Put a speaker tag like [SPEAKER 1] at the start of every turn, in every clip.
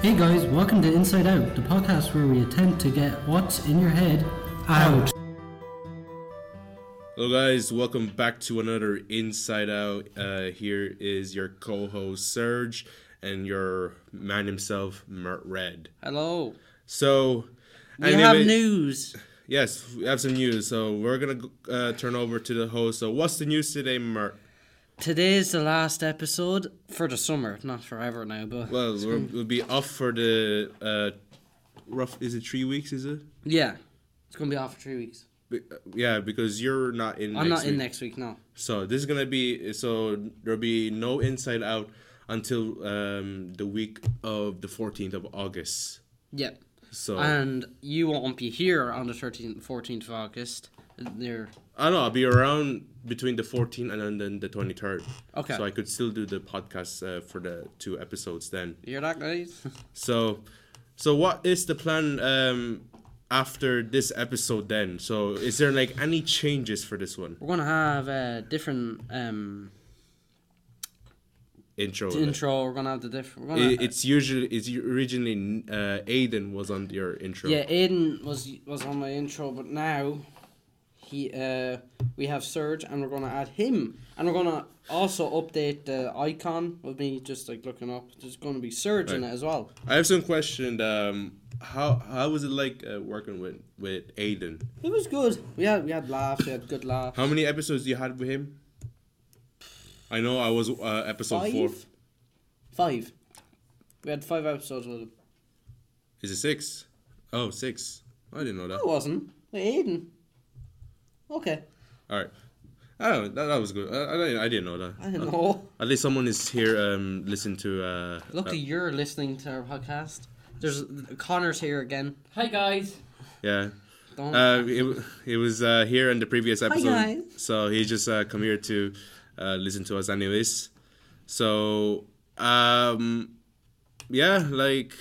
[SPEAKER 1] Hey guys, welcome to Inside Out, the podcast where we attempt to get what's in your head out.
[SPEAKER 2] Hello, guys. Welcome back to another Inside Out. Uh, here is your co host, Serge, and your man himself, Mert Red.
[SPEAKER 3] Hello.
[SPEAKER 2] So,
[SPEAKER 3] We have news.
[SPEAKER 2] Yes, we have some news. So, we're going to uh, turn over to the host. So, what's the news today, Mert?
[SPEAKER 3] Today is the last episode for the summer, not forever now, but
[SPEAKER 2] Well, we're, we'll be off for the uh, rough, is it three weeks? Is it?
[SPEAKER 3] yeah, it's gonna be off for three weeks.
[SPEAKER 2] Be- uh, Yeah, because you're not in.
[SPEAKER 3] I'm not
[SPEAKER 2] week.
[SPEAKER 3] in next week. No,
[SPEAKER 2] So this is gonna be so there'll be no inside out until um, the week of the fourteenth of August.
[SPEAKER 3] yep.
[SPEAKER 2] So
[SPEAKER 3] And you won't be here on the 13th, 14th of August. There,
[SPEAKER 2] I don't know. I'll be around between the fourteenth and then- then the twenty third.
[SPEAKER 3] Okay.
[SPEAKER 2] So I could still do the podcast uh, for the two episodes then.
[SPEAKER 3] you're not guys.
[SPEAKER 2] So, so what is the plan um, after this episode then? So is there like any changes for this one?
[SPEAKER 3] We're gonna have a different um
[SPEAKER 2] Intro.
[SPEAKER 3] intro. We're gonna have the different. We're gonna,
[SPEAKER 2] It- It's usually it's originally uh, Aiden was on your intro.
[SPEAKER 3] yeah, Aiden was was on my intro, but now he uh we have Serge, and we're gonna add him, and we're gonna also update the icon of me just like looking up. There's gonna be Surge in
[SPEAKER 2] Right.
[SPEAKER 3] it as well.
[SPEAKER 2] I have some question. Um, how how was it like uh, working with with Aiden?
[SPEAKER 3] It was good. We had we had laughs. We had good laughs.
[SPEAKER 2] How many episodes you had with him? I know I was uh, episode four.
[SPEAKER 3] Five. Five. We had five episodes with him.
[SPEAKER 2] Is it six? Oh, six. I didn't know that.
[SPEAKER 3] It wasn't. With Aiden. Okay.
[SPEAKER 2] All right. I don't know. That, that was good. I, I, didn't- I didn't know that.
[SPEAKER 3] I don't know.
[SPEAKER 2] At least someone is here. Um, listen to. Uh, uh,
[SPEAKER 3] Luckily, you're listening to our podcast. There's Connor's here again.
[SPEAKER 4] Hi guys.
[SPEAKER 2] yeah.
[SPEAKER 3] Don't.
[SPEAKER 2] Uh, it, w- it was uh, here in the previous episode.
[SPEAKER 3] guys.
[SPEAKER 2] So he just uh, come here to uh, listen to us, anyways. So um, yeah, like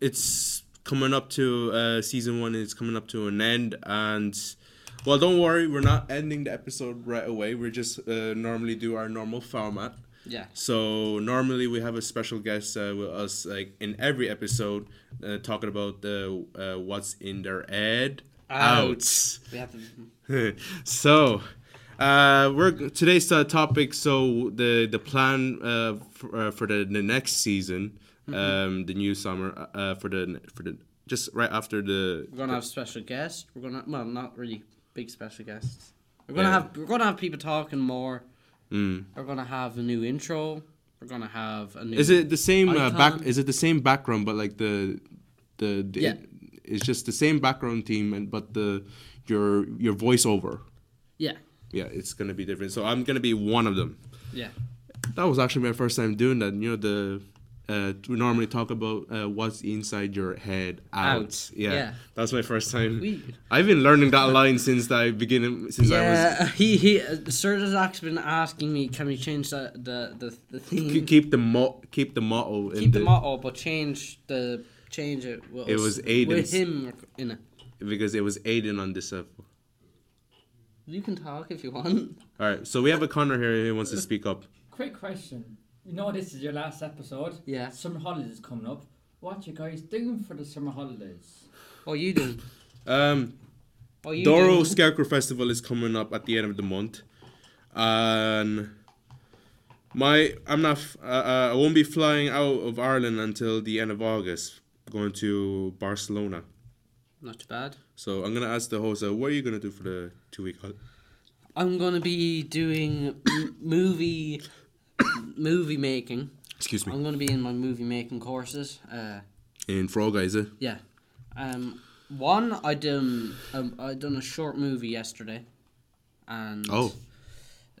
[SPEAKER 2] it's coming up to uh, season one is coming up to an end, and well, don't worry, we're not ending the episode right away. We're just uh, normally do our normal format.
[SPEAKER 3] yeah.
[SPEAKER 2] So normally we have a special guest uh, with us, like in every episode, uh, talking about the uh, what's in their head. Out.
[SPEAKER 3] Out. We have to.
[SPEAKER 2] so, uh, we're today's uh, topic. So the the plan uh, for, uh, for the, the next season,
[SPEAKER 3] Mm-hmm.
[SPEAKER 2] um, the new summer uh, for the for the just right after the
[SPEAKER 3] We're gonna have special guests. We're gonna well, not really big special guests. We're gonna
[SPEAKER 2] Yeah. Hmm.
[SPEAKER 3] have we're gonna have people talking more. We're gonna have a new intro. We're gonna have a new.
[SPEAKER 2] Is it the same uh, back?
[SPEAKER 3] Icon.
[SPEAKER 2] Is it the same background, but like the the, the
[SPEAKER 3] Yeah.
[SPEAKER 2] it's just the same background theme, and but the your your voiceover.
[SPEAKER 3] Yeah,
[SPEAKER 2] Yeah, it's gonna be different. So I'm gonna be one of them.
[SPEAKER 3] yeah.
[SPEAKER 2] That was actually my first time doing that. You know the. Uh, we normally talk about uh, what's inside your head out.
[SPEAKER 3] Out,
[SPEAKER 2] Yeah,
[SPEAKER 3] yeah.
[SPEAKER 2] that's my first time.
[SPEAKER 3] We-
[SPEAKER 2] I've been learning that line since I beginning since I was
[SPEAKER 3] Yeah, he he. Uh, Sir has actually been asking me, can we change the the the, the theme?
[SPEAKER 2] K-
[SPEAKER 3] Keep,
[SPEAKER 2] keep the mo- keep the motto in
[SPEAKER 3] the
[SPEAKER 2] the-
[SPEAKER 3] motto, but change the change it. With
[SPEAKER 2] It
[SPEAKER 3] us-
[SPEAKER 2] was Aiden's.
[SPEAKER 3] with him in it.
[SPEAKER 2] because it was Aiden on this episode.
[SPEAKER 3] You can talk if you want.
[SPEAKER 2] All right, so we have a Connor here who wants to speak up.
[SPEAKER 4] Quick question. You know this is your last episode.
[SPEAKER 3] Yeah.
[SPEAKER 4] Summer holidays is coming up. What you guys doing for the summer holidays?
[SPEAKER 3] What you doing?
[SPEAKER 2] Um,
[SPEAKER 3] What you
[SPEAKER 2] Doro
[SPEAKER 3] doing?
[SPEAKER 2] Scarecrow Festival is coming up at the end of the month, and my I'm not f- uh, uh, I won't be flying out of Ireland until the end of August, going to Barcelona.
[SPEAKER 3] Not too bad.
[SPEAKER 2] So I'm gonna ask the host, uh, what are you gonna do for the two week? hol-
[SPEAKER 3] I'm gonna be doing m- movie movie making.
[SPEAKER 2] Excuse
[SPEAKER 3] I'm
[SPEAKER 2] me,
[SPEAKER 3] gonna be in my movie making courses. Uh,
[SPEAKER 2] in Frog Eyes. eh?
[SPEAKER 3] yeah. Um, one I done um, I done a short movie yesterday, and
[SPEAKER 2] Oh.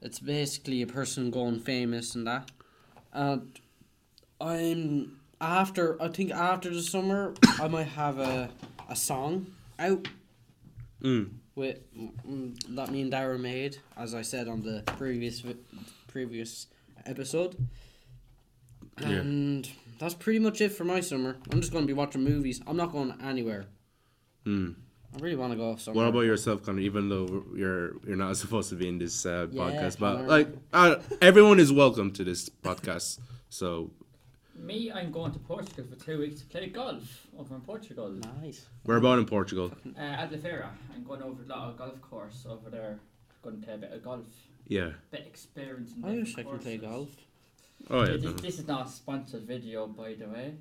[SPEAKER 3] it's basically a person going famous and that. And I'm after I think after the summer I might have a a song out
[SPEAKER 2] Mm.
[SPEAKER 3] with mm, that me and Dara made, as I said on the previous vi- previous episode.
[SPEAKER 2] Yeah.
[SPEAKER 3] And that's pretty much it for my summer. I'm just going to be watching movies. I'm not going anywhere.
[SPEAKER 2] Mm.
[SPEAKER 3] I really want to go somewhere.
[SPEAKER 2] What about yourself, Connor? Even though you're you're not supposed to be in this uh,
[SPEAKER 3] Yeah,
[SPEAKER 2] podcast, but
[SPEAKER 3] Connor.
[SPEAKER 2] like uh, everyone is welcome to this podcast. So
[SPEAKER 4] Me, I'm going to Portugal for two weeks to play golf over in Portugal.
[SPEAKER 3] Nice.
[SPEAKER 2] We're about in Portugal.
[SPEAKER 4] Uh, Albufeira. I'm going over a lot of golf course over there. Going to play a bit of golf,
[SPEAKER 2] Yeah.
[SPEAKER 4] bit experience. In
[SPEAKER 3] I wish I
[SPEAKER 4] different
[SPEAKER 3] could play
[SPEAKER 4] courses.
[SPEAKER 3] golf.
[SPEAKER 2] Oh yeah.
[SPEAKER 4] This,
[SPEAKER 2] no.
[SPEAKER 4] this is not a sponsored video, by the way.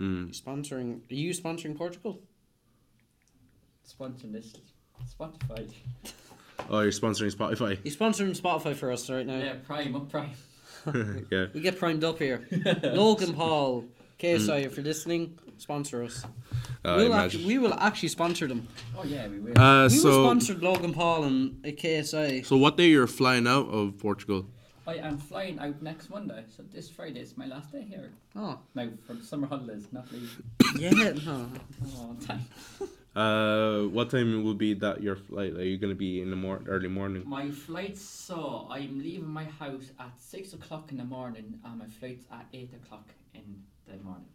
[SPEAKER 2] Mm.
[SPEAKER 3] Sponsoring. Are you sponsoring Portugal?
[SPEAKER 4] Sponsored this Spotify.
[SPEAKER 2] Oh, you're sponsoring Spotify.
[SPEAKER 3] He's sponsoring Spotify for us right now.
[SPEAKER 4] Yeah, Prime up Prime.
[SPEAKER 2] yeah.
[SPEAKER 3] We get primed up here. Logan Paul, KSI, if you're listening, sponsor us.
[SPEAKER 2] Uh,
[SPEAKER 3] we'll
[SPEAKER 2] Mm. imagine.
[SPEAKER 3] actu- we will actually sponsor them.
[SPEAKER 4] Oh yeah, we will.
[SPEAKER 2] Uh,
[SPEAKER 3] We will
[SPEAKER 2] so
[SPEAKER 3] sponsored Logan Paul and uh, KSI.
[SPEAKER 2] so what day you're flying out of Portugal?
[SPEAKER 4] I am flying out next Monday, so this Friday is my last day here.
[SPEAKER 3] Oh,
[SPEAKER 4] Now for the summer holidays, not leave.
[SPEAKER 3] yeah, no.
[SPEAKER 4] Oh, thank-
[SPEAKER 2] Uh, what time will be that your flight? Are you gonna be in the mor- early morning?
[SPEAKER 4] my flight's so I'm leaving my house at six o'clock in the morning, and my flight's at eight o'clock in the morning.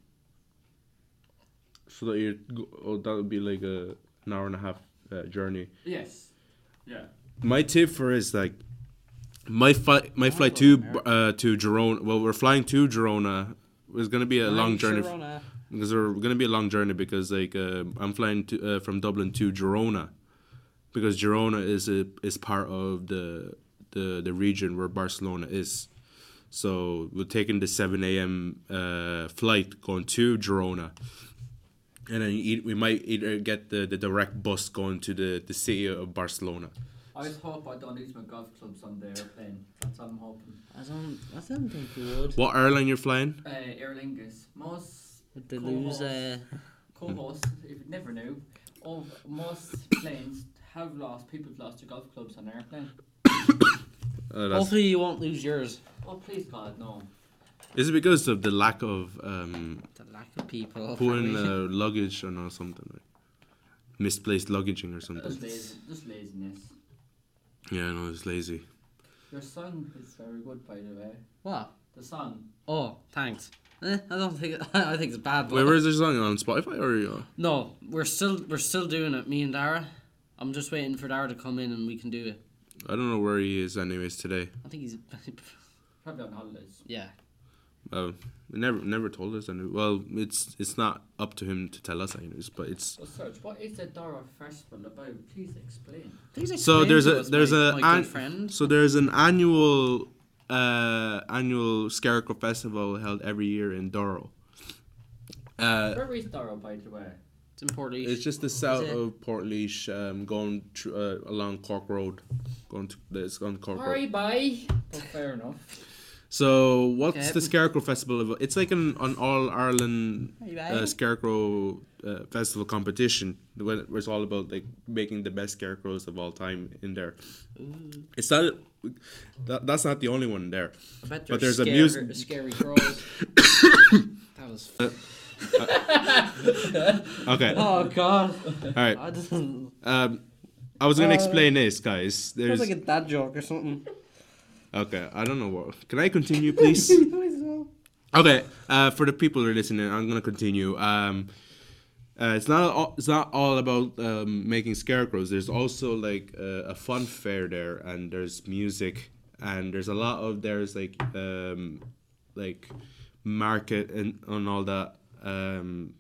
[SPEAKER 2] So that you are oh, that would be like a an hour and a half uh, journey.
[SPEAKER 4] Yes. Yeah.
[SPEAKER 2] My tip for is like my fi- my flight to uh to Girona. Well, we're flying to Girona. It's gonna be a long journey f-
[SPEAKER 3] Sharona.
[SPEAKER 2] because we're gonna be a long journey because like uh, I'm flying to uh, from Dublin to Girona because Girona is a, is part of the the the region where Barcelona is. So we're taking the seven a.m. Uh, flight going to Girona, and then eat, we might either get the, the direct bus going to the, the city of Barcelona.
[SPEAKER 4] I just hope I don't lose my golf clubs on the airplane. That's all I'm hoping.
[SPEAKER 3] I don't, I don't think we would.
[SPEAKER 2] What airline you're flying?
[SPEAKER 4] Uh, Aer Lingus. Most
[SPEAKER 3] With the
[SPEAKER 4] co-hosts-
[SPEAKER 3] loser.
[SPEAKER 4] co-hosts, if you never knew, of most planes have lost people have lost their golf clubs on an airplane.
[SPEAKER 2] Uh, that's-
[SPEAKER 3] Hopefully you won't lose yours.
[SPEAKER 4] Oh please God, no.
[SPEAKER 2] is it because of the lack of um,
[SPEAKER 3] The lack of people.
[SPEAKER 2] putting uh, luggage on or something, like misplaced luggaging or something?
[SPEAKER 4] Just, laz- just laziness.
[SPEAKER 2] Yeah, no, it's lazy.
[SPEAKER 4] Your song is very good, by the way.
[SPEAKER 3] what?
[SPEAKER 4] The song.
[SPEAKER 3] Oh, thanks. Eh, I don't think I think it's bad. But
[SPEAKER 2] Wait, where is this song on Spotify or? Uh,
[SPEAKER 3] no, we're still we're still doing it. Me and Dara. I'm just waiting for Dara to come in and we can do it.
[SPEAKER 2] I don't know where he is, anyways. Today,
[SPEAKER 3] I think he's
[SPEAKER 4] Probably on holidays.
[SPEAKER 3] yeah.
[SPEAKER 2] uh, he never never told us. And well, it's it's not up to him to tell us, anyways. But it's
[SPEAKER 4] So search, what is the Dora Festival about? Please explain.
[SPEAKER 3] Please
[SPEAKER 2] so
[SPEAKER 3] explain
[SPEAKER 2] there's
[SPEAKER 3] to
[SPEAKER 2] a
[SPEAKER 3] us,
[SPEAKER 2] there's
[SPEAKER 3] my,
[SPEAKER 2] a
[SPEAKER 3] my
[SPEAKER 2] an-
[SPEAKER 3] good friend.
[SPEAKER 2] so there's an annual uh annual Scarecrow Festival held every year in Doro. Uh,
[SPEAKER 4] Where is Dora, by the way?
[SPEAKER 3] It's in Port
[SPEAKER 2] it's
[SPEAKER 3] Leash.
[SPEAKER 2] just the south
[SPEAKER 3] it?
[SPEAKER 2] of Port Leash, um, going tr- uh, along Cork Road, going to it's on Cork Road.
[SPEAKER 4] Sorry, bye. But fair enough.
[SPEAKER 2] So what's
[SPEAKER 3] Okay.
[SPEAKER 2] the Scarecrow Festival about? It's like an, an all Ireland uh,
[SPEAKER 3] Right.
[SPEAKER 2] Scarecrow uh, Festival competition. Where where it's all about like making the best scarecrows of all time in there. It's not that, that's not the only one there.
[SPEAKER 3] I bet
[SPEAKER 2] but
[SPEAKER 3] you're
[SPEAKER 2] there's a
[SPEAKER 3] scared-
[SPEAKER 2] music- Uh,
[SPEAKER 3] Scary Road. that was. F-
[SPEAKER 2] Okay, all
[SPEAKER 3] oh God.
[SPEAKER 2] right.
[SPEAKER 3] I just, that
[SPEAKER 2] Um, I was gonna explain this, guys.
[SPEAKER 3] was
[SPEAKER 2] There's
[SPEAKER 3] like a dad joke or something.
[SPEAKER 2] okay. I don't know what. Can I continue, please? Okay, uh, for the people who are listening, I'm gonna continue. Um, uh, it's not all, it's not all about um, making scarecrows. There's also like uh, a fun fair there, and there's music, and there's a lot of there's like um, like market and and all that um,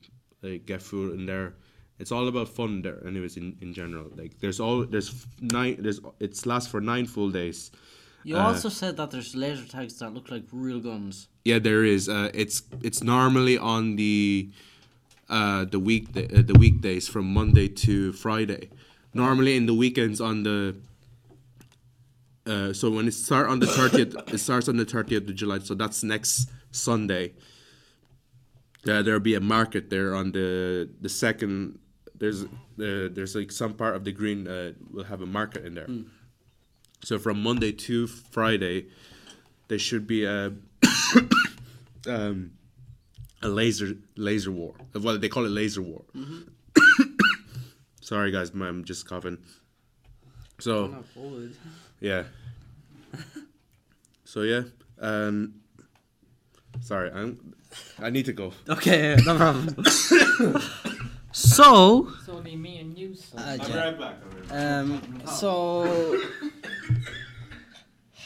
[SPEAKER 2] like get food in there. It's all about fun there, anyways. In, in general, like there's all there's nine there's it's lasts for nine full days.
[SPEAKER 3] You
[SPEAKER 2] uh,
[SPEAKER 3] also said that there's laser tags that look like real guns.
[SPEAKER 2] Yeah, there is. Uh, it's it's normally on the uh, the week uh, the weekdays from Monday to Friday. Normally in the weekends on the uh, so when it start on the thirtieth, it starts on the thirtieth of July. So that's next Sunday. Uh, there'll be a market there on the the second. There's uh, there's like some part of the green uh, will have a market in there. So from Monday to Friday, there should be a um, a laser laser war. Well, they call it laser war. Sorry, guys, I'm just coughing. So. Yeah. so yeah. Um sorry, I'm I need to go.
[SPEAKER 3] Okay, no problem. so,
[SPEAKER 4] It's only me and you, so.
[SPEAKER 3] uh,
[SPEAKER 2] I'll be
[SPEAKER 3] yeah,
[SPEAKER 2] right back.
[SPEAKER 3] um, so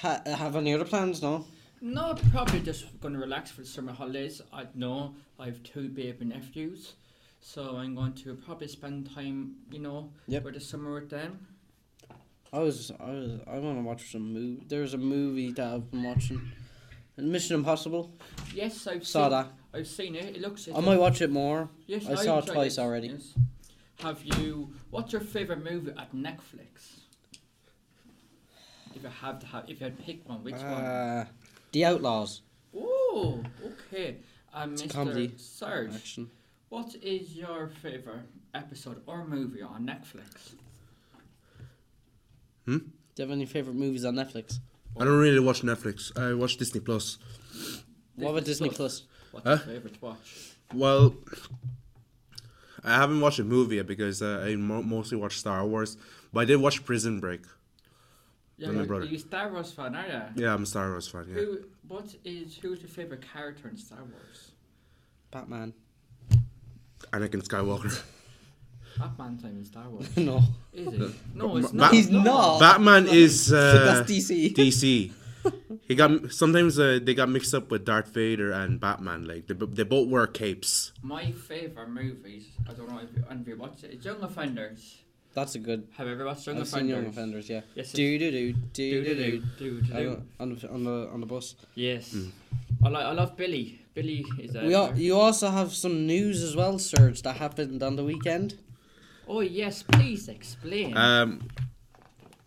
[SPEAKER 3] ha- have any uh, other plans? No.
[SPEAKER 4] No, probably just going to relax for the summer holidays. I know I have two baby nephews, so I'm going to probably spend time, you know,
[SPEAKER 3] Yep.
[SPEAKER 4] for the summer with them.
[SPEAKER 3] I was I was I want to watch some movie. There's a movie that I've been watching, Mission Impossible.
[SPEAKER 4] Yes, I've
[SPEAKER 3] Saw
[SPEAKER 4] seen,
[SPEAKER 3] that.
[SPEAKER 4] I've seen it. It looks.
[SPEAKER 3] I might watch it more.
[SPEAKER 4] Yes,
[SPEAKER 3] I saw it
[SPEAKER 4] enjoyed
[SPEAKER 3] twice already.
[SPEAKER 4] yes. Have you? What's your favorite movie at Netflix? If you had to have, if you had to pick one, which one?
[SPEAKER 3] Uh, the Outlaws.
[SPEAKER 4] Oh, okay. Um, Mr.
[SPEAKER 3] comedy.
[SPEAKER 4] Serge,
[SPEAKER 3] Action.
[SPEAKER 4] what is your favorite episode or movie on Netflix?
[SPEAKER 3] Do you have any favorite movies on Netflix?
[SPEAKER 2] I don't really watch Netflix. I watch Disney Plus.
[SPEAKER 3] What about Disney Plus?
[SPEAKER 4] What's
[SPEAKER 2] Huh?
[SPEAKER 4] your favorite to watch?
[SPEAKER 2] Well, I haven't watched a movie yet because uh, I mo- mostly watch Star Wars, but I did watch Prison Break.
[SPEAKER 4] Yeah,
[SPEAKER 2] With my
[SPEAKER 4] you-
[SPEAKER 2] brother.
[SPEAKER 4] you Star Wars fan, are you?
[SPEAKER 2] Yeah, I'm a Star Wars fan. Yeah.
[SPEAKER 4] Who? What is? Who's your favorite character in Star Wars?
[SPEAKER 3] Batman.
[SPEAKER 2] Anakin Skywalker.
[SPEAKER 4] Batman time in Star Wars.
[SPEAKER 3] no,
[SPEAKER 4] Is it? No, it's
[SPEAKER 2] Ba-
[SPEAKER 4] not.
[SPEAKER 2] He's
[SPEAKER 4] No.
[SPEAKER 3] not.
[SPEAKER 2] Batman is uh,
[SPEAKER 3] that's DC.
[SPEAKER 2] DC. He got sometimes uh, they got mixed up with Darth Vader and Batman. Like they, bo- they both wear capes.
[SPEAKER 4] My favourite movies, I don't know if you, if you watched it, it's Young Offenders.
[SPEAKER 3] That's a good.
[SPEAKER 4] Have you ever watched Young
[SPEAKER 3] I've seen
[SPEAKER 4] Offenders?
[SPEAKER 3] Young Offenders. Yeah.
[SPEAKER 4] Yes,
[SPEAKER 3] Do do do do
[SPEAKER 4] do, do, do,
[SPEAKER 3] do
[SPEAKER 4] do, do,
[SPEAKER 3] do.
[SPEAKER 4] do.
[SPEAKER 3] On the on the on the bus.
[SPEAKER 4] Yes. I, like, I love Billy. Billy is a.
[SPEAKER 3] Hmm. We all, you also have some news as well, Serge, that happened on the weekend.
[SPEAKER 4] oh, yes, please explain.
[SPEAKER 2] Um,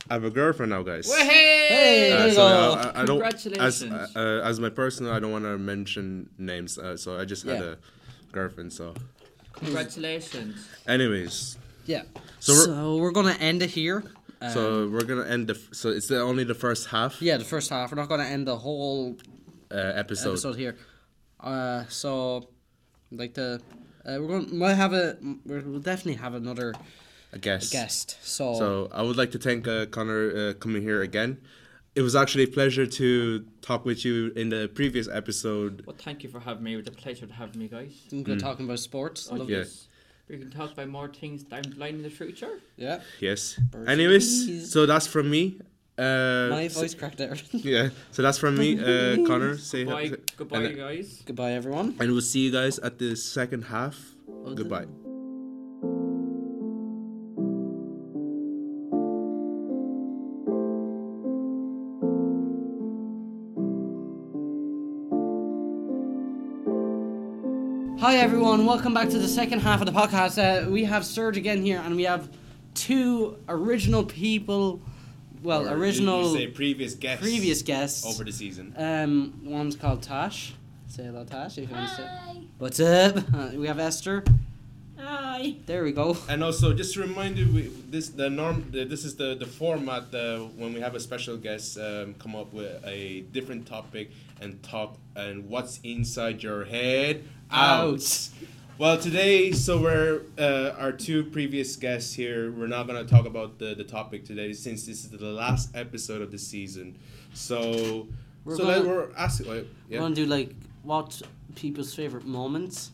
[SPEAKER 2] I have a girlfriend now, guys.
[SPEAKER 4] Well,
[SPEAKER 3] Hey,
[SPEAKER 2] Uh,
[SPEAKER 3] there
[SPEAKER 4] hey!
[SPEAKER 3] you
[SPEAKER 2] so
[SPEAKER 3] go.
[SPEAKER 2] I, I- I don't, as,
[SPEAKER 4] Congratulations.
[SPEAKER 2] uh, uh, as my personal, I don't want to mention names, uh, so I just had
[SPEAKER 3] Yeah.
[SPEAKER 2] a girlfriend. So, uh,
[SPEAKER 4] Congratulations.
[SPEAKER 2] anyways,
[SPEAKER 3] Yeah. So
[SPEAKER 2] So
[SPEAKER 3] we're,
[SPEAKER 2] we're-
[SPEAKER 3] gonna end it here. Uh,
[SPEAKER 2] so we're gonna end the. f- So it's the, only the first half
[SPEAKER 3] yeah, the first half. We're not gonna end the whole
[SPEAKER 2] uh, episode.
[SPEAKER 3] episode here. Uh, so I'd like to. Uh, we're going. We'll have a. we're- We'll definitely have another
[SPEAKER 2] I guess.
[SPEAKER 3] guest. So,
[SPEAKER 2] So I would like to thank uh, Connor uh, coming here again. It was actually a pleasure to talk with you in the previous episode.
[SPEAKER 4] Well, thank you for having me. It was a pleasure to have me, guys.
[SPEAKER 3] we're
[SPEAKER 2] mm.
[SPEAKER 3] gonna talking about sports.
[SPEAKER 4] Oh,
[SPEAKER 3] Lovely.
[SPEAKER 2] Yeah.
[SPEAKER 4] yes. We can talk about more things down the line in the future.
[SPEAKER 3] Yeah.
[SPEAKER 2] Yes.
[SPEAKER 3] Birds
[SPEAKER 2] Anyways,
[SPEAKER 3] bees.
[SPEAKER 2] so that's from me. Uh,
[SPEAKER 3] My voice cracked there.
[SPEAKER 2] Yeah. So that's from me, uh, Connor. Say hi-
[SPEAKER 4] Bye. Goodbye,
[SPEAKER 2] and- uh,
[SPEAKER 4] guys.
[SPEAKER 3] Goodbye, everyone.
[SPEAKER 2] and we'll see you guys at the second half.
[SPEAKER 3] the-
[SPEAKER 2] Goodbye.
[SPEAKER 3] Hi everyone, welcome back to the second half of the podcast. Uh, we have Serge again here, and we have two original people. Well, original
[SPEAKER 2] previous guest.
[SPEAKER 3] previous guests.
[SPEAKER 2] the season.
[SPEAKER 3] Um, one's called Tash. Say hello, Tash. If you want to say. What's up? Uh, we have Esther.
[SPEAKER 5] Hi.
[SPEAKER 3] There we go.
[SPEAKER 2] And also, just to remind you, we, this the norm. The, this is the the format uh, when we have a special guest um, come up with a different topic and talk and what's inside your head out.
[SPEAKER 3] Out.
[SPEAKER 2] Well, today, so we're uh, our two previous guests here. We're not gonna talk about the the topic today since this is the last episode of the season. So.
[SPEAKER 3] We're
[SPEAKER 2] so like
[SPEAKER 3] gonna-
[SPEAKER 2] we're asking, like,
[SPEAKER 3] We're
[SPEAKER 2] yeah.
[SPEAKER 3] gonna do like what people's favorite moments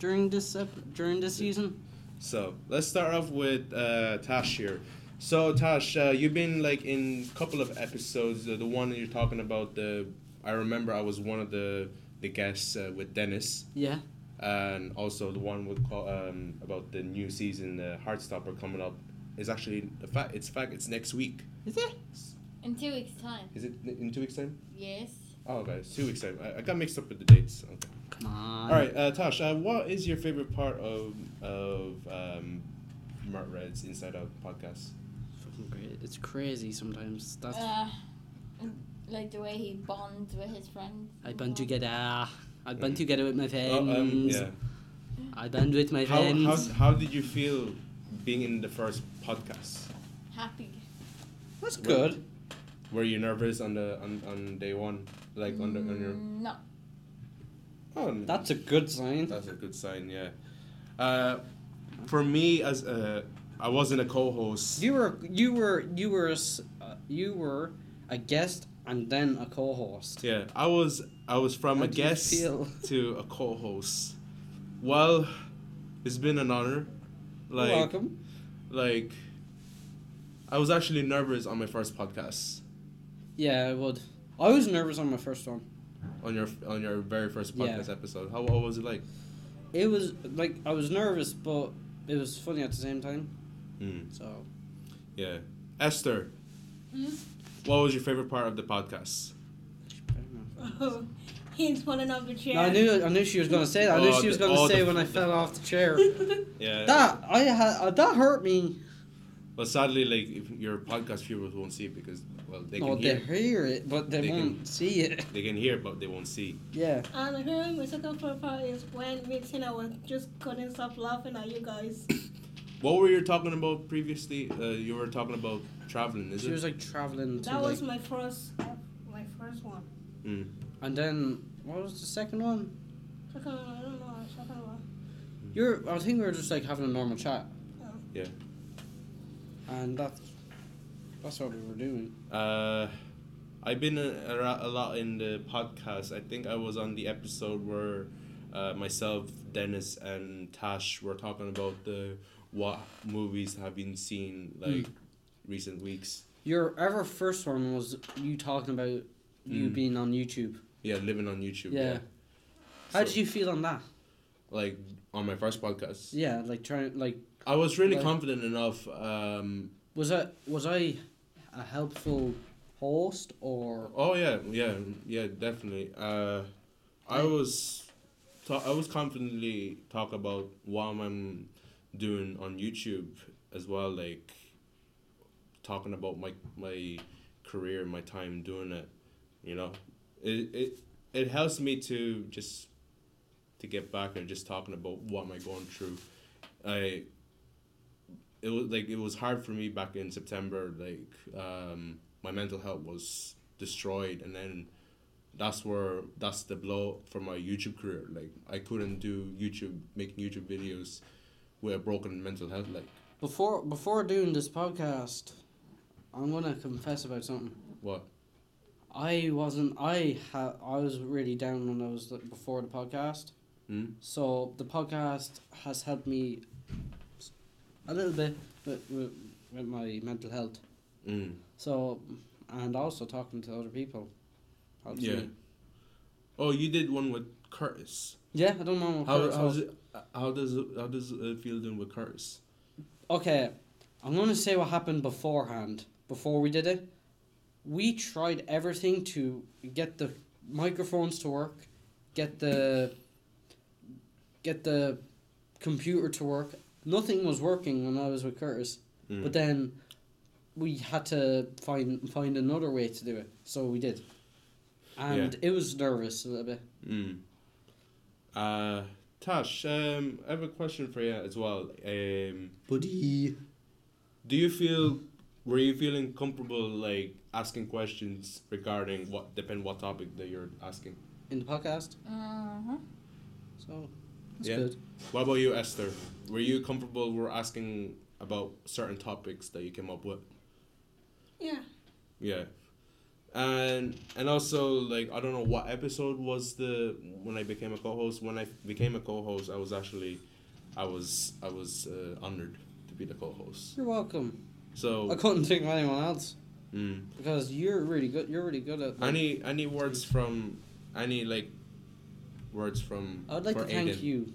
[SPEAKER 3] during this ep- during this season.
[SPEAKER 2] So let's start off with uh, Tash here. So Tash, uh, you've been like in a couple of episodes. Uh, the one that you're talking about, the I remember I was one of the the guests uh, with Dennis,
[SPEAKER 3] Yeah.
[SPEAKER 2] and also the one with co- um, about the new season, the Heartstopper coming up. Is actually the fact. It's fact. It's next week.
[SPEAKER 3] Is it?
[SPEAKER 5] In two weeks' time.
[SPEAKER 2] Is it in two weeks time?
[SPEAKER 5] Yes.
[SPEAKER 2] Oh, okay, it's two weeks time. I, I got mixed up with the dates. Okay.
[SPEAKER 3] Come on.
[SPEAKER 2] All right, uh, Tash. Uh, what is your favorite part of of um, Mart Red's Inside Out podcast?
[SPEAKER 3] Fucking great. It's crazy sometimes. That's
[SPEAKER 5] Uh, like the way he bonds with his friends.
[SPEAKER 3] I
[SPEAKER 5] and
[SPEAKER 3] band
[SPEAKER 5] stuff.
[SPEAKER 3] together. I band
[SPEAKER 2] Mm.
[SPEAKER 3] together with my
[SPEAKER 2] Oh,
[SPEAKER 3] friends.
[SPEAKER 2] um, yeah.
[SPEAKER 3] I band with my
[SPEAKER 2] How,
[SPEAKER 3] friends.
[SPEAKER 2] how, how did you feel being in the first podcast?
[SPEAKER 5] Happy.
[SPEAKER 3] That's
[SPEAKER 2] good. Were you nervous on the on, on day one, like on the on your?
[SPEAKER 3] Mm.
[SPEAKER 5] No.
[SPEAKER 2] Oh,
[SPEAKER 3] That's a good sign.
[SPEAKER 2] that's a good sign. Yeah. Uh, for me, as uh, I wasn't a co-host.
[SPEAKER 3] You were you were you were a s- uh, you were a guest and then a co-host.
[SPEAKER 2] Yeah, I was I was from
[SPEAKER 3] How
[SPEAKER 2] a
[SPEAKER 3] do you
[SPEAKER 2] guest
[SPEAKER 3] feel?
[SPEAKER 2] to a co-host. Well, it's been an honor. Like
[SPEAKER 3] You're welcome.
[SPEAKER 2] like I was actually nervous on my first podcast.
[SPEAKER 3] Yeah, I would. I was nervous on my first one.
[SPEAKER 2] on your on your very first
[SPEAKER 3] Yeah.
[SPEAKER 2] podcast episode. How what was it like?
[SPEAKER 3] It was like I was nervous, but it was funny at the same time.
[SPEAKER 2] Mm.
[SPEAKER 3] So
[SPEAKER 2] Yeah, Esther. What was your favorite part of the podcast?
[SPEAKER 3] I don't know.
[SPEAKER 5] Oh, he's falling off the chair.
[SPEAKER 3] No, I knew I knew she was gonna say that. I knew
[SPEAKER 2] Oh,
[SPEAKER 3] she was
[SPEAKER 2] the-
[SPEAKER 3] gonna
[SPEAKER 2] oh,
[SPEAKER 3] say
[SPEAKER 2] the-
[SPEAKER 3] when I fell off the chair.
[SPEAKER 2] Yeah.
[SPEAKER 3] that I had uh, that hurt me.
[SPEAKER 2] Well, sadly, like if your podcast viewers won't see because well they can
[SPEAKER 3] oh,
[SPEAKER 2] hear
[SPEAKER 3] they hear it, but they,
[SPEAKER 2] They can-
[SPEAKER 3] won't see it.
[SPEAKER 2] they can hear but they won't see.
[SPEAKER 3] Yeah.
[SPEAKER 6] And hearing my second favorite part is when Mitch and I was just couldn't stop laughing at you guys.
[SPEAKER 2] What were you talking about previously? Uh, you were talking about traveling, is
[SPEAKER 3] She
[SPEAKER 2] it?
[SPEAKER 3] was like traveling to
[SPEAKER 6] That
[SPEAKER 3] like,
[SPEAKER 6] was my first, my first one.
[SPEAKER 2] Mm.
[SPEAKER 3] and then what was the second one?
[SPEAKER 6] Second one, I don't know. what Second one.
[SPEAKER 2] Hmm.
[SPEAKER 3] You're I think we were just like having a normal chat,
[SPEAKER 2] Yeah.
[SPEAKER 3] and that's that's what we were doing.
[SPEAKER 2] Uh, I've been a, a, a lot in the podcast. I think I was on the episode where uh, myself, Dennis, and Tash were talking about the what movies have been seen
[SPEAKER 3] Hmm.
[SPEAKER 2] like recent weeks.
[SPEAKER 3] Your ever first one was you talking about you
[SPEAKER 2] Mm.
[SPEAKER 3] being on YouTube.
[SPEAKER 2] Yeah, living on YouTube.
[SPEAKER 3] Yeah.
[SPEAKER 2] Yeah.
[SPEAKER 3] How
[SPEAKER 2] So,
[SPEAKER 3] did you feel on that?
[SPEAKER 2] like on my first podcast?
[SPEAKER 3] Yeah, like trying like
[SPEAKER 2] I was really
[SPEAKER 3] Like-
[SPEAKER 2] confident enough. Um,
[SPEAKER 3] was I was I a helpful host or
[SPEAKER 2] oh yeah, yeah, yeah, definitely. Uh, I was, ta- I was confidently talk about what I'm doing on YouTube as well, like talking about my my career, my time doing it. You know, it it it helps me to just to get back and just talking about what am I going through. I it was like it was hard for me back in September. Like um, my mental health was destroyed, and then that's where that's the blow for my YouTube career. Like I couldn't do YouTube making YouTube videos with a broken mental health. Like
[SPEAKER 3] before before doing this podcast, I'm gonna confess about something.
[SPEAKER 2] what?
[SPEAKER 3] I wasn't. I ha, I was really down when I was like, before the podcast.
[SPEAKER 2] Mm?
[SPEAKER 3] So the podcast has helped me s- a little bit with, with, with my mental health.
[SPEAKER 2] Mm.
[SPEAKER 3] So and also talking to other people. helps
[SPEAKER 2] Yeah.
[SPEAKER 3] me.
[SPEAKER 2] Oh, you did one with Curtis.
[SPEAKER 3] Yeah, I don't know.
[SPEAKER 2] How
[SPEAKER 3] Curtis
[SPEAKER 2] how's
[SPEAKER 3] was.
[SPEAKER 2] it, how does it, how does it feel doing with Curtis?
[SPEAKER 3] Okay, I'm gonna say what happened beforehand. Before we did it, we tried everything to get the microphones to work, get the get the computer to work. Nothing was working when I was with Curtis.
[SPEAKER 2] Mm.
[SPEAKER 3] But then we had to find find another way to do it. So we did. And it was nervous a little bit.
[SPEAKER 2] Mm. Uh, Tash, um, I have a question for you as well. Um,
[SPEAKER 3] Buddy.
[SPEAKER 2] do you feel were you feeling comfortable like asking questions regarding what depend what topic that you're asking?
[SPEAKER 3] In the podcast.
[SPEAKER 5] Uh-huh.
[SPEAKER 3] So it's
[SPEAKER 2] Yeah.
[SPEAKER 3] good.
[SPEAKER 2] What about you, Esther? Were you comfortable were asking about certain topics that you came up with?
[SPEAKER 6] Yeah.
[SPEAKER 2] Yeah. And and also like I don't know what episode was the when I became a co-host. When I became a co-host, I was actually, I was I was uh, honored to be the co-host.
[SPEAKER 3] You're welcome. I
[SPEAKER 2] So
[SPEAKER 3] couldn't think of anyone else.
[SPEAKER 2] mm,
[SPEAKER 3] Because you're really good. You're really good at.
[SPEAKER 2] any any words from any like words from
[SPEAKER 3] I would like
[SPEAKER 2] for
[SPEAKER 3] to thank
[SPEAKER 2] Aiden?
[SPEAKER 3] you.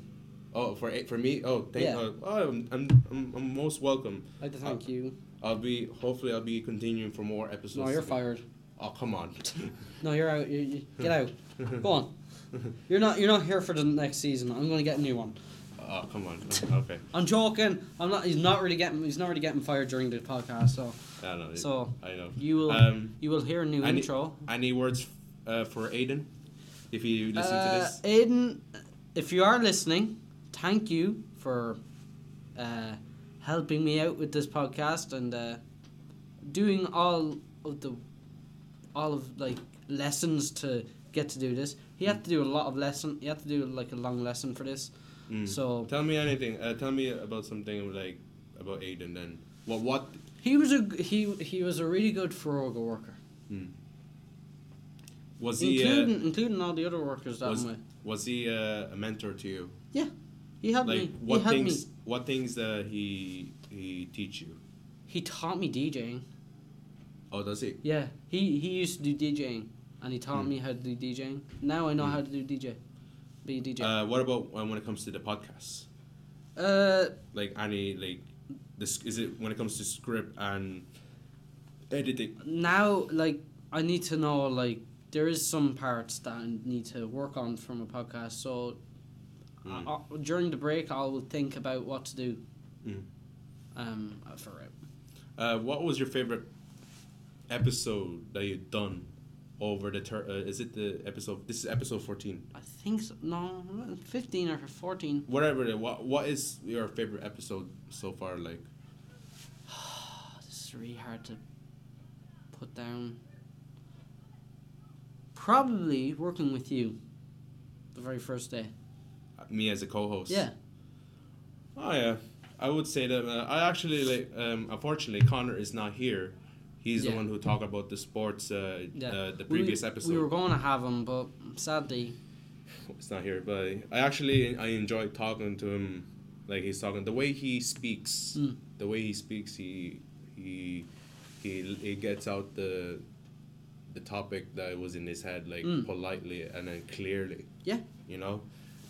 [SPEAKER 2] Oh, for A- for me. Oh, thank.
[SPEAKER 3] Yeah.
[SPEAKER 2] Oh, oh, I'm, I'm I'm I'm most welcome. Uh,
[SPEAKER 3] I'd like to thank you.
[SPEAKER 2] I'll be hopefully I'll be continuing for more episodes.
[SPEAKER 3] No, you're
[SPEAKER 2] to come.
[SPEAKER 3] fired.
[SPEAKER 2] Oh come on.
[SPEAKER 3] No, you're out. You, you, get out. Go on. You're not. You're not here for the next season. I'm gonna get a new one.
[SPEAKER 2] oh come on. Okay.
[SPEAKER 3] I'm joking. I'm not. He's not really getting. He's not really getting fired during the podcast. So
[SPEAKER 2] I know.
[SPEAKER 3] So,
[SPEAKER 2] I know.
[SPEAKER 3] you will.
[SPEAKER 2] Um,
[SPEAKER 3] you will hear a new
[SPEAKER 2] I need-
[SPEAKER 3] intro.
[SPEAKER 2] Any words uh, for Aiden? If you listen to
[SPEAKER 3] Uh,
[SPEAKER 2] this,
[SPEAKER 3] Aiden, if you are listening, thank you for uh, helping me out with this podcast and uh, doing all of the all of like lessons to get to do this. He had to do a lot of lesson. He had to do like a long lesson for this.
[SPEAKER 2] Mm.
[SPEAKER 3] So
[SPEAKER 2] tell me anything. Uh, tell me about something like about Aiden. Then what? What?
[SPEAKER 3] he was a g- he he was a really good Faroga worker,
[SPEAKER 2] Was he? Uh,
[SPEAKER 3] including including all the other workers that
[SPEAKER 2] was,
[SPEAKER 3] way.
[SPEAKER 2] was he uh, a mentor to you?
[SPEAKER 3] Yeah, he helped
[SPEAKER 2] Like
[SPEAKER 3] me.
[SPEAKER 2] what
[SPEAKER 3] he helped
[SPEAKER 2] things?
[SPEAKER 3] me.
[SPEAKER 2] What things uh, he he teach you?
[SPEAKER 3] He taught me DJing.
[SPEAKER 2] Oh, does he?
[SPEAKER 3] Yeah, he he used to do DJing, and he taught me how to do DJing. Now I know how to do DJ, be a DJ.
[SPEAKER 2] Uh, what about when, when it comes to the podcast?
[SPEAKER 3] Uh,
[SPEAKER 2] Like any like this is it when it comes to script and editing?
[SPEAKER 3] now like I need to know like there is some parts that I need to work on from a podcast. So
[SPEAKER 2] Mm.
[SPEAKER 3] uh, during the break, I'll think about what to do.
[SPEAKER 2] Mm.
[SPEAKER 3] Um, for it.
[SPEAKER 2] Uh, what was your favorite episode that you done over the? Ter- uh, is it the episode? This is episode fourteen.
[SPEAKER 3] I think so, no, fifteen or fourteen.
[SPEAKER 2] Whatever. it- What What is your favorite episode so far? Like
[SPEAKER 3] Oh, this is really hard to put down. Probably working with you. The very first day.
[SPEAKER 2] me as a co-host.
[SPEAKER 3] Yeah.
[SPEAKER 2] Oh yeah, I would say that. Uh, I actually like. Um, unfortunately, Connor is not here. He's the
[SPEAKER 3] Yeah.
[SPEAKER 2] one who talked about the sports. Uh,
[SPEAKER 3] Yeah.
[SPEAKER 2] uh, the
[SPEAKER 3] We-
[SPEAKER 2] previous
[SPEAKER 3] we,
[SPEAKER 2] episode.
[SPEAKER 3] were going to have him, but sadly,
[SPEAKER 2] it's not here, but I actually I enjoy talking to him. Like he's talking the way he speaks,
[SPEAKER 3] Mm.
[SPEAKER 2] the way he speaks, he he he he gets out the the topic that was in his head like
[SPEAKER 3] Mm.
[SPEAKER 2] politely and then clearly.
[SPEAKER 3] Yeah.
[SPEAKER 2] You know,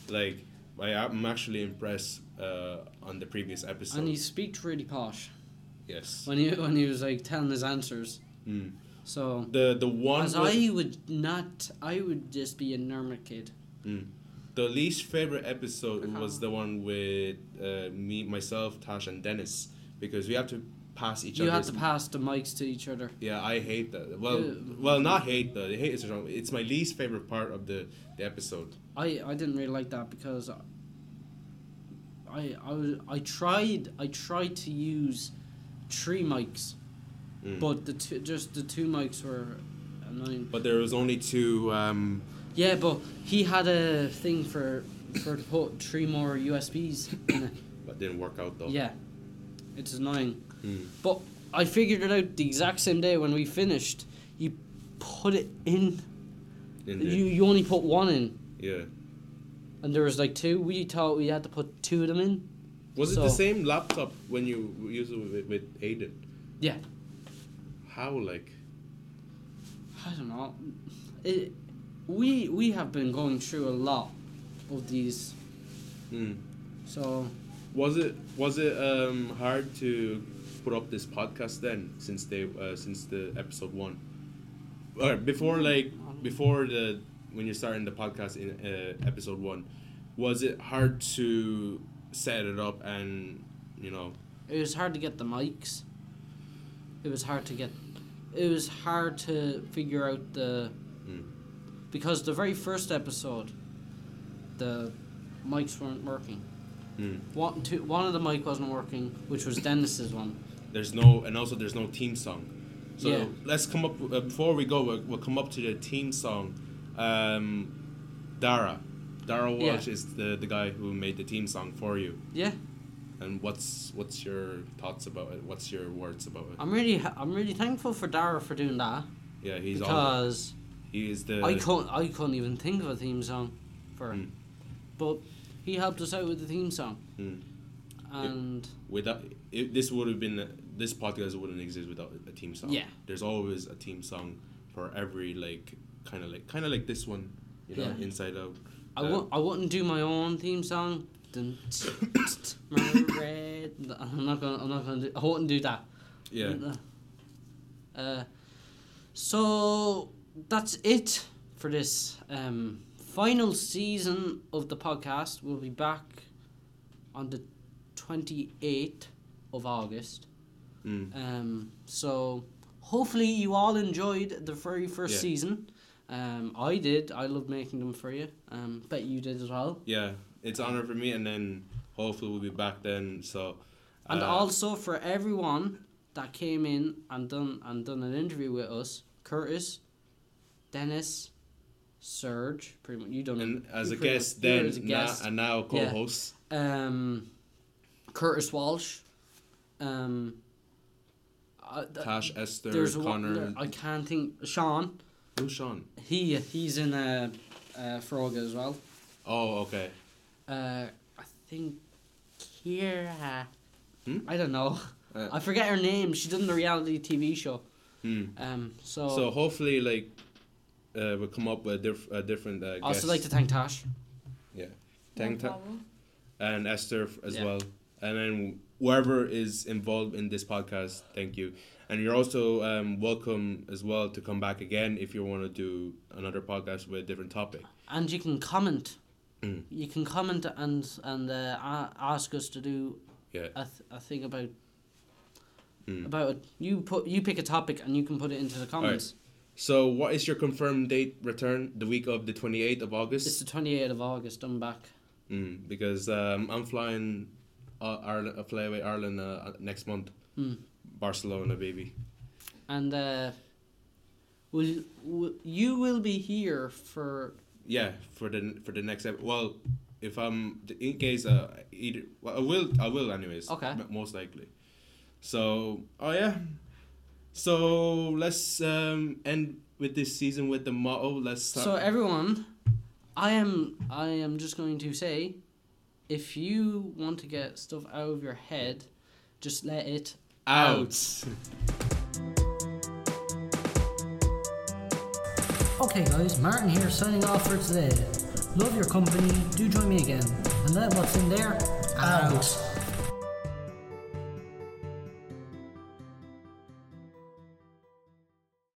[SPEAKER 2] like I, I'm actually impressed uh, on the previous episode.
[SPEAKER 3] and he speaks really posh
[SPEAKER 2] yes.
[SPEAKER 3] when he when he was like telling his answers.
[SPEAKER 2] Mm.
[SPEAKER 3] So
[SPEAKER 2] The the one
[SPEAKER 3] as
[SPEAKER 2] with-
[SPEAKER 3] I would not, I would just be a normal kid.
[SPEAKER 2] Mm. the least favorite episode
[SPEAKER 3] Uh-huh.
[SPEAKER 2] was the one with uh, me myself Tash and Dennis because we have to pass each
[SPEAKER 3] you
[SPEAKER 2] other.
[SPEAKER 3] had to pass the mics to each other.
[SPEAKER 2] Yeah, I hate that. Well,
[SPEAKER 3] Yeah.
[SPEAKER 2] well, not hate though. Hate is wrong. It's my least favorite part of the, the episode.
[SPEAKER 3] I, I didn't really like that because I, I I was- I tried I tried to use three mics,
[SPEAKER 2] Mm.
[SPEAKER 3] but the two, just the two mics were annoying.
[SPEAKER 2] But there was only two. Um,
[SPEAKER 3] Yeah, but he had a thing for for to put three more USBs in it.
[SPEAKER 2] but didn't work out though.
[SPEAKER 3] Yeah, it's annoying.
[SPEAKER 2] Mm.
[SPEAKER 3] But I figured it out the exact same day when we finished. You put it in.
[SPEAKER 2] In the-
[SPEAKER 3] You you only put one in,
[SPEAKER 2] yeah.
[SPEAKER 3] and there was like two. We thought we had to put two of them in.
[SPEAKER 2] Was it
[SPEAKER 3] So-
[SPEAKER 2] the same laptop when you used it with, with Aiden?
[SPEAKER 3] Yeah.
[SPEAKER 2] How like?
[SPEAKER 3] I don't know. It, we we have been going through a lot of these,
[SPEAKER 2] Mm.
[SPEAKER 3] so
[SPEAKER 2] Was it was it um, hard to put up this podcast then since they uh, since the episode one? Or before like before the when you're starting the podcast in uh, episode one, was it hard to set it up and you know
[SPEAKER 3] it was hard to get the mics. It was hard to get. It was hard to figure out the.
[SPEAKER 2] Mm.
[SPEAKER 3] Because the very first episode, the mics weren't working.
[SPEAKER 2] Mm.
[SPEAKER 3] One, two, one of the mic wasn't working, which was Dennis's one.
[SPEAKER 2] there's no and also there's no team song. So
[SPEAKER 3] Yeah.
[SPEAKER 2] let's come up uh, before we go. We'll, we'll come up to the team song. Um, Dara, Dara
[SPEAKER 3] Yeah.
[SPEAKER 2] Walsh is the the guy who made the team song for you.
[SPEAKER 3] Yeah,
[SPEAKER 2] And what's what's your thoughts about it? What's your words about it?
[SPEAKER 3] I'm really, ha- I'm really thankful for Dara for doing that
[SPEAKER 2] Yeah, he's all
[SPEAKER 3] because.
[SPEAKER 2] he is the
[SPEAKER 3] I couldn't. I couldn't even think of a theme song for
[SPEAKER 2] Mm.
[SPEAKER 3] him, but he helped us out with the theme song,
[SPEAKER 2] Mm.
[SPEAKER 3] and
[SPEAKER 2] without it, this would have been this podcast wouldn't exist without a team song.
[SPEAKER 3] Yeah.
[SPEAKER 2] there's always a team song for every like kind of like kind of like this one, you know,
[SPEAKER 3] Yeah.
[SPEAKER 2] Inside Out.
[SPEAKER 3] I
[SPEAKER 2] Uh,
[SPEAKER 3] won't. I wouldn't do my own theme song. Dun, t- t- my red- I'm not gonna. I'm not gonna do. I wouldn't do that.
[SPEAKER 2] Yeah,
[SPEAKER 3] Uh, so that's it for this um, final season of the podcast. We'll be back on the twenty eighth of August.
[SPEAKER 2] mm.
[SPEAKER 3] Um, so hopefully you all enjoyed the very first
[SPEAKER 2] Yeah.
[SPEAKER 3] season. Um, I did. I loved making them for you. Um, bet you did as well.
[SPEAKER 2] yeah. It's an honor for me, and then hopefully we'll be back then. So
[SPEAKER 3] And
[SPEAKER 2] uh,
[SPEAKER 3] also for everyone that came in and done and done an interview with us, Curtis, Dennis, Serge, pretty much you done.
[SPEAKER 2] and as
[SPEAKER 3] you
[SPEAKER 2] a
[SPEAKER 3] pretty
[SPEAKER 2] guest,
[SPEAKER 3] much- you
[SPEAKER 2] then
[SPEAKER 3] were as a guest.
[SPEAKER 2] Now, and now
[SPEAKER 3] Yeah.
[SPEAKER 2] co-host.
[SPEAKER 3] um, Curtis Walsh, um, I, th-
[SPEAKER 2] Tash, Esther,
[SPEAKER 3] there's
[SPEAKER 2] Connor,
[SPEAKER 3] one. I can't think. Sean,
[SPEAKER 2] who's Sean?
[SPEAKER 3] he he's in a, uh Frog as well.
[SPEAKER 2] Oh, okay.
[SPEAKER 3] Uh, I think Kira.
[SPEAKER 2] Hmm?
[SPEAKER 3] I don't know.
[SPEAKER 2] Uh.
[SPEAKER 3] I forget her name. She done the reality TV show.
[SPEAKER 2] Hmm.
[SPEAKER 3] Um. So,
[SPEAKER 2] So hopefully, like uh, we'll come up with diff- a different uh,
[SPEAKER 3] Also,
[SPEAKER 2] guest.
[SPEAKER 3] like to thank Tash.
[SPEAKER 2] yeah,
[SPEAKER 5] No
[SPEAKER 2] Tang Ta-
[SPEAKER 5] problem.
[SPEAKER 2] and Esther f- as
[SPEAKER 3] Yeah.
[SPEAKER 2] well, and then whoever is involved in this podcast, thank you. And you're also um, welcome as well to come back again if you want to do another podcast with a different topic.
[SPEAKER 3] And you can comment.
[SPEAKER 2] Mm.
[SPEAKER 3] You can comment and and uh, a- ask us to do
[SPEAKER 2] Yeah.
[SPEAKER 3] a, th- a thing about
[SPEAKER 2] Mm.
[SPEAKER 3] about it. You put you pick a topic and you can put it into the comments.
[SPEAKER 2] So, what is your confirmed date return? The week of the 28th of
[SPEAKER 3] It's
[SPEAKER 2] August?
[SPEAKER 3] the twenty eighth of August. I'm back.
[SPEAKER 2] Mm, because um, I'm flying uh, Ireland, uh, fly away Ireland uh, uh, next month.
[SPEAKER 3] Mm.
[SPEAKER 2] Barcelona, baby.
[SPEAKER 3] and uh, will, will you will be here for
[SPEAKER 2] Yeah, for the for the next ep- well, if I'm in case uh, either well, I will I will anyways.
[SPEAKER 3] Okay.
[SPEAKER 2] m- Most likely. So oh yeah, so let's um end with this season with the motto. Let's start.
[SPEAKER 3] so everyone i am i am just going to say if you want to get stuff out of your head just let it
[SPEAKER 2] out.
[SPEAKER 1] Okay, guys, Martin here signing off for today. Love your company. Do join me again. And let what's in there out.